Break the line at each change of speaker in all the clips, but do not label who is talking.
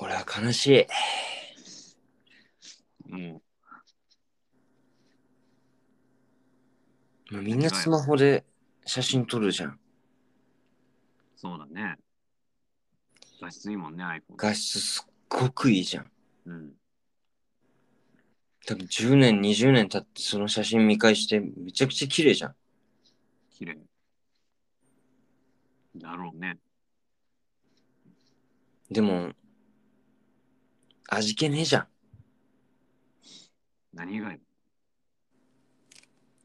悲しい。
うん。
まあみんなスマホで写真撮るじゃん。
そうだね。画質いいもんね、iPhone。
画質すっごくいいじゃん。
うん。
多分10年、20年経ってその写真見返してめちゃくちゃ綺麗じゃん。
綺麗。だろうね。
でも、味気ねえじゃん。
何がよ。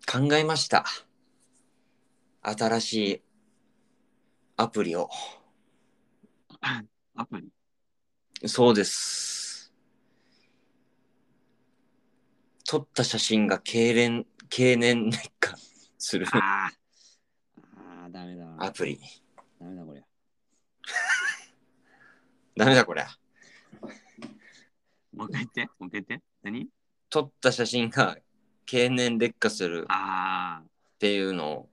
考えました。新しいアプリを。
アプリ
そうです。撮った写真が経年、経年劣化する
あーあー、ダメだ。
アプリ。
ダメだ、これ。
ダメだこれ。
もう一回言って、もう一回言って。何
撮った写真が経年劣化するっ
あ
ていうのを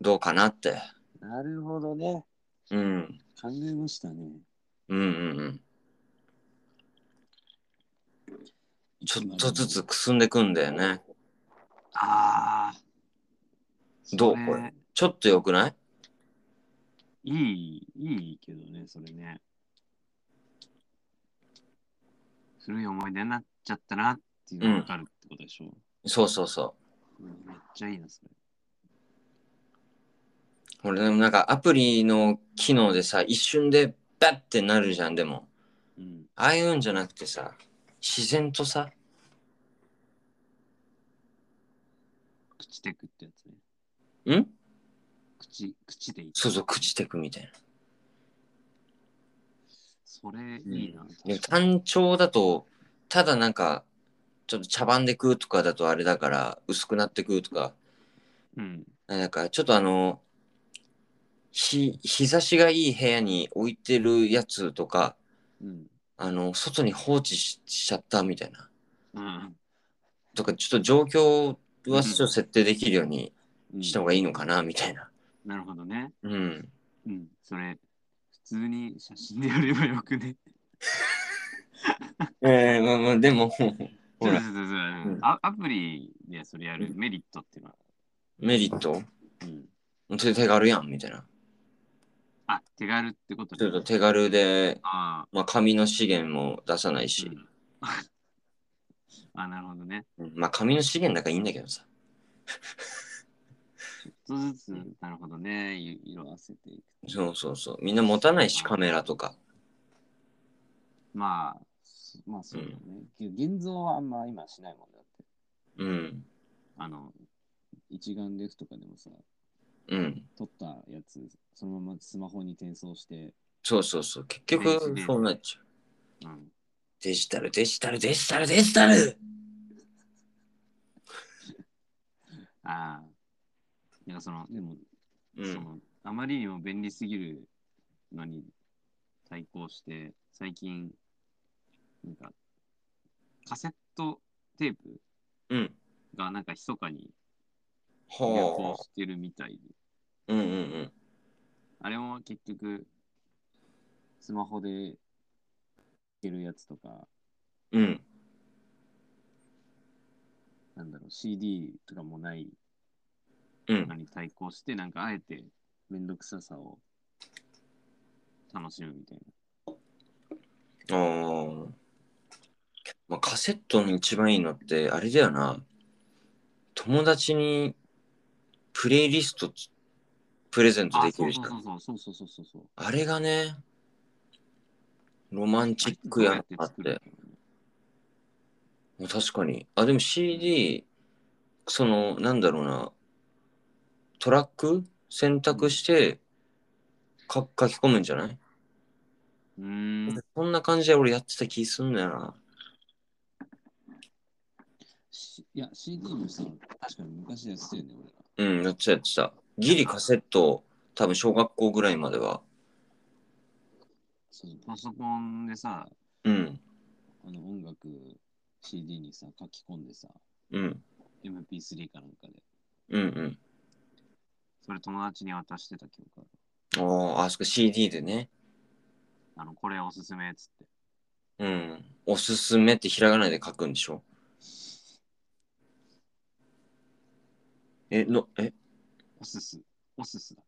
どうかなって。
あ、なるほどね。
うん。
考えましたね。
うんうんうん。ちょっとずつくすんでくんだよね。
ああ。
どう
そ
これちょっと良くない
いい、いいけどね、それね。古い思い出になっちゃったなっていうのがわかるってことでしょ。
そうそうそ
うんめっちゃいいな、それ。
う。俺でもなんかアプリの機能でさ、一瞬でバッてなるじゃん、でも。
うん。
ああいうんじゃなくてさ、自然とさ、
口テクってやつね。
ん
口、口でいい。
そうそう、朽ちてくみたいな。
それいいな。
でも
確かに
単調だとただなんかちょっと茶番で食うとかだとあれだから薄くなって食うとか
うん。
なんかちょっとあの日日差しがいい部屋に置いてるやつとか
うん。
あの外に放置ししちゃったみたいな
うん。
とかちょっと状況はちょっと設定できるように
うん
した方がいいのかなみたいな
なるほどね。
うん
うん。それ、普通に写真でやればよくね。
ええまあまあでも ほ
そうそう
ら
そうそううん
うん
アアプリでそれやるメリットっていうのは。
メリット
うん。
それ手軽やんみたいな
あ、手軽ってこと
ちょっ
ね
と手軽で、
あ
まあ、紙の資源も出さない
あ、
し、
うん あ、なるほどね。
うんまあ紙の資源だからいいんだけどさ。
ちょっとずつ、なるほどね。い色あせていく。
そうそうそう。みんな持たないしカメラとか。
まあ、そまあそうだね。けど現像はあんま今しないもんだって。
うん。
あの、一眼レフとかでもさ、
うん。
撮ったやつ、そのままスマホに転送して、
そうそうそう。結
電子
局
で
そうなっちゃう。
うん、
デジタルデジタルデジタルデジタル
ああ。なんかその、でも、
う
そ
ん。
の、あまりにも便利すぎるのに対抗して、最近、なんか、カセットテープ
うん。
がなんか密かに流
は
行してるみたいで、
あ。うんうんうん。
あれも結局、スマホでいけるやつとか、
うん。
なんだろう、CD とかもない
うん
の。に対抗して、なんかあえてめんどくささを楽しむみたいな。
あーまあ。カセットの一番いいのって、あれだよな。友達にプレイリストつプレゼント
あ、
でき
そう
るじ
そ
ゃん。
うそうそうそうそうそうそう。
あれがね、ロマンチックやなっ
作る
て。確かに。あ、でも CD、その、なんだろうな、トラック選択してか書き込むんじゃない、
うーん。
そんな感じで俺やってた気すんだよな。
しいや、CD もさ、確かに昔やってたよね、俺ら。
うん、やってたやってた。ギリカセット、多分小学校ぐらいまでは。
そうパソコンでさ、
うん、
あの音楽 CD にさ、書き込んでさ、
うん、
MP3 かなんかで、
うん、
それ友達に渡してた記憶ある。
うん。ああ、あそこ CD でね。
あの、これおすすめっつって。
うん。おすすめってひらがなで書くんでしょえ、の、え、
おすす。おすすだか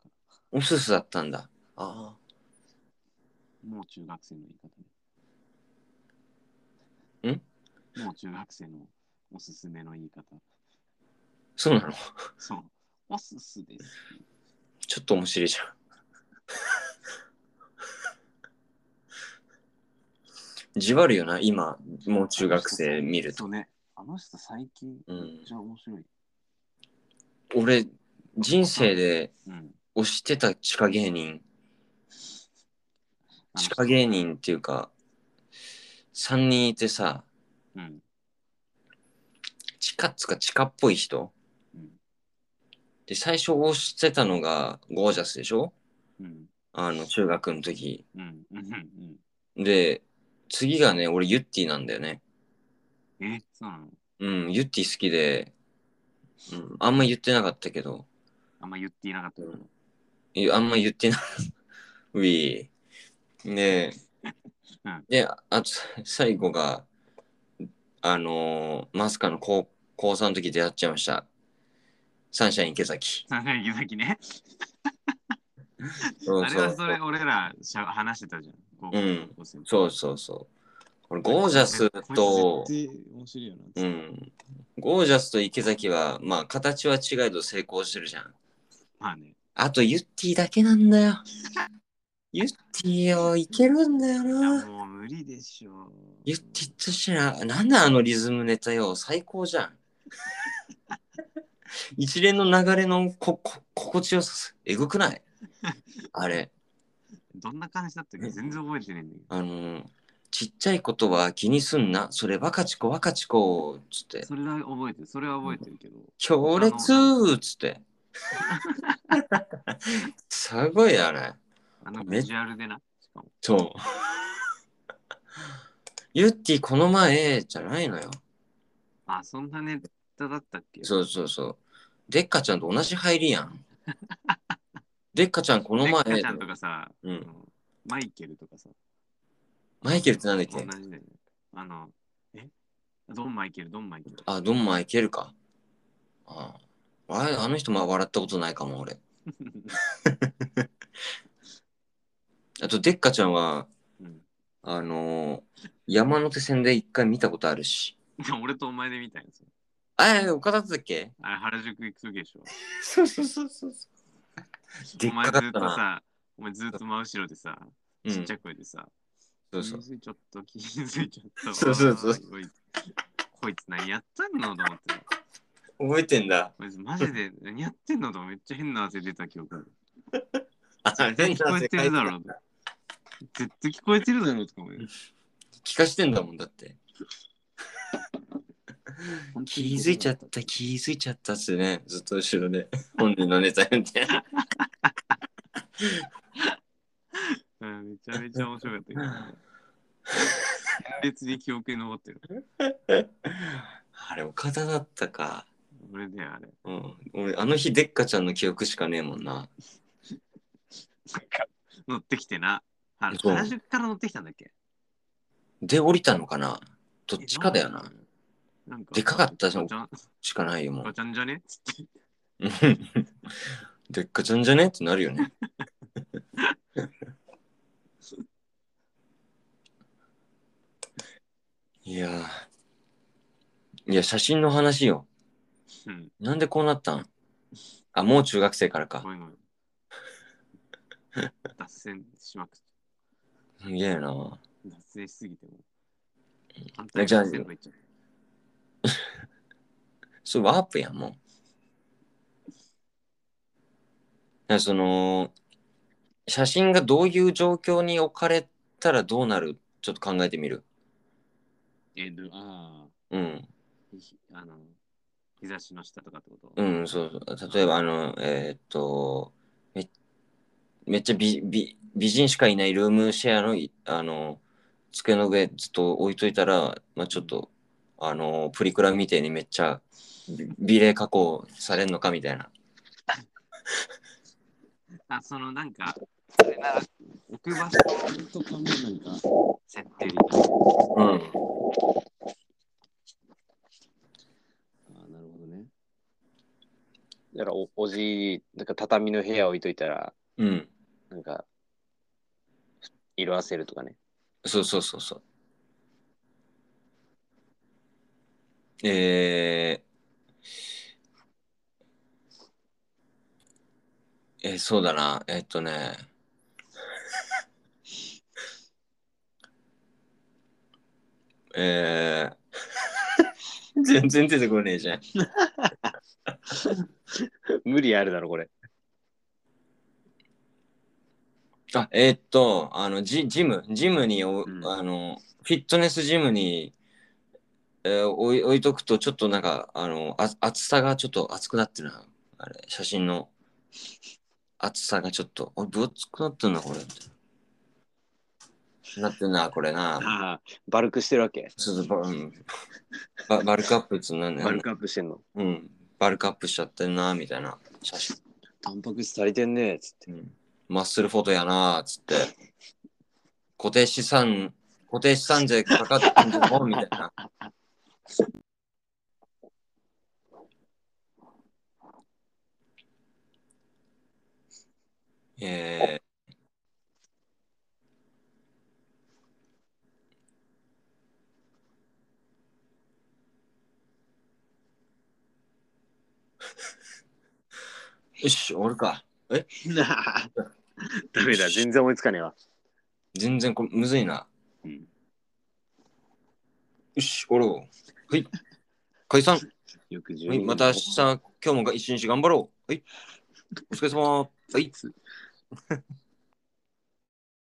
おすすだったんだ。ああ。
ら。もう中学生の言い方ね。もう中学生のおすすめの言い方。
そうなの
そう。おすすです。
ちょっと面白いじゃん。じわるよな、今、もう中学生見る
そ
と。
うね。あの人最近、
うん
めっちゃ面白い。
俺、人生で
うん。
推してた地下芸人、地下芸人っていうか、3人いてさ、
うん。
地下っつうか地下っぽい人
うん。
で、最初推してたのがゴージャスでしょ
うん。
あの、中学の時。
うん。うん。
で、次がね、俺ユッティなんだよね。
うん。え、そうなの
うん、ユッティ好きで、うん、あんま言ってなかったけど、
あんま言っていなかったけど。
いあんま言ってない。 ウィー。ねえ
うん。
で、ああとさ最後が、あのーマスカの高高3の時出会っちゃいました。サンシャイン池崎。
さすがに湯崎ね。
そう
あれ
そ
は
う
そ
そう
れ。俺らしゃ話してたじゃん。高校
うん
高校生の時
そうそうそう。これゴージャスと
こ、いつ絶対面白いよ
う
な。
ん。ゴージャスと池崎は、まあ、形は違えど成功してるじゃん。
まあね。
あと、ユッティだけなんだよ。ユッティよ、いけるんだよ
い
な
や。もう無理でしょ。
言ってたしな、なんだあのリズムネタよ、最高じゃん。一連の流れのここ心地よさす、えぐくないあれ、
どんな感じだったっけ全然覚えてないんだけど。
あのーちっちゃいことは気にすんな、それ若ちこ若ちこ、つって、
それは覚えてる。それは覚えてるけど。
強烈つって。すごいだね。
あのビジュアルでな。しかも。
そう。 ユッティこの前じゃないのよ。
あ、そんなネタだったっけ
そうそうそう。デッカちゃんと同じ入りやん。 デッカちゃんこの
レッカ
前
ちゃ、んとかさ、
う
あ
ん、
のマイケルとかさ。
マイケルってなんだっ
同
け
じだよね。あの、えドンマイケル、ドンマイケル。
あ、ドンマイケルか。あああれあの人も笑ったことないかも、俺。 あと、デッカちゃんは、
うん
あのー山手線で一回見たことあるし。
俺とお前でみたいな。
あえ、岡田だったっけ
あれ原宿行く時でしょ。
そうそうそうそう。でっ
お前
かかっ
ずったと
な。
さ、お前ずっと真後ろでさ、
う
ちっ
ん
ちゃ、い声でさ、
そうそう。
気づいちょっと、気づいちょっと。
そうそうそう
あーこいつこいつ何やったんのと思って。
覚えてんだ。
こいつマジで何やってんのとめっちゃ変な汗出た記憶ある。
あ、
絶対聞こえてるだろう。絶対聞こえてるだろうとか思うよ。
聞かしてんだもんだって。
本当
気
に
づいちゃった、気づいちゃったっすね。ずっと後ろで、本人のネタやって。
うんめちゃめちゃ面白かったけどね。別に記憶に残ってる。
あれ、岡田だったか。
俺だよ、あれ。
うん。俺、あの日、デッカちゃんの記憶しかねえもんな。
乗ってきてな。は
そう
原宿から乗ってきたんだっけ
で、降りたのかなどっちかだよな。。
なんか
でかかったじゃん
ガチャン
しかないよ、も
ガ
う。
チャンじゃねつって。
デッカちゃんじゃねってなるよね。いやー。いや、写真の話よ。
うん。
なんでこうなったんあ、もう中学生からか
ご。めんごめん。脱線しまくっ
すげえな。
脱線しすぎても。反
え
対
じゃあ
側全部いっちゃう
それワープやん、もう。だからその、写真がどういう状況に置かれたらどうなるちょっと考えてみる。
えー、どあ
うん。
あ、ひあの、日差しの下とかってこと
うん、そうそう。例えば、あの、えーっと、めめっちゃ美美美人しかいないルームシェアのい、あの、机の上ずっと置いといたら、まあちょっと、あの、プリクラみたいにめっちゃび美麗加工されんのかみたいな。
あ、そのなんか、それなら、置く場所とかもなんか、設定できる。
うん。
ああ、なるほどね。
だからお、おじい、なんか畳の部屋置いといたら、
うん。
なんか、色あせるとかね。
そうそうそうそう。えー、え、そうだな。えっとね。 えー、 全然出てこねえじゃん。
無理あるだろ、これ。
あ、えーっと、あの、ジジム、ジムにお、
うん
あの、フィットネスジムに、えー置い置いとくと、ちょっとなんか、あの、あ厚さがちょっと厚くなってるな。あれ、写真の厚さがちょっと、お分厚くなってるな、これ。なってるな、これな。
ああ、バルクしてるわけ。
ちょっとバ、うん、ババルクアップっつうのなんだ
バ
よ
ル
ね。
クアップしてんの。
うん。バルクアップしちゃってんな、みたいな写真。
タンパク質足りてんねつって。
うんマッスルフォトやなーっつって固定資産固定資産税かかってんじゃんみたいなえー、よし俺か
ダメだ、全然思いつかねえわ。
全然これむずいな
うん。
よし、おろう。はい。解散。
よく 十
は
分
い、また明日、今日も一日頑張ろう。はい。お疲れ様。はい。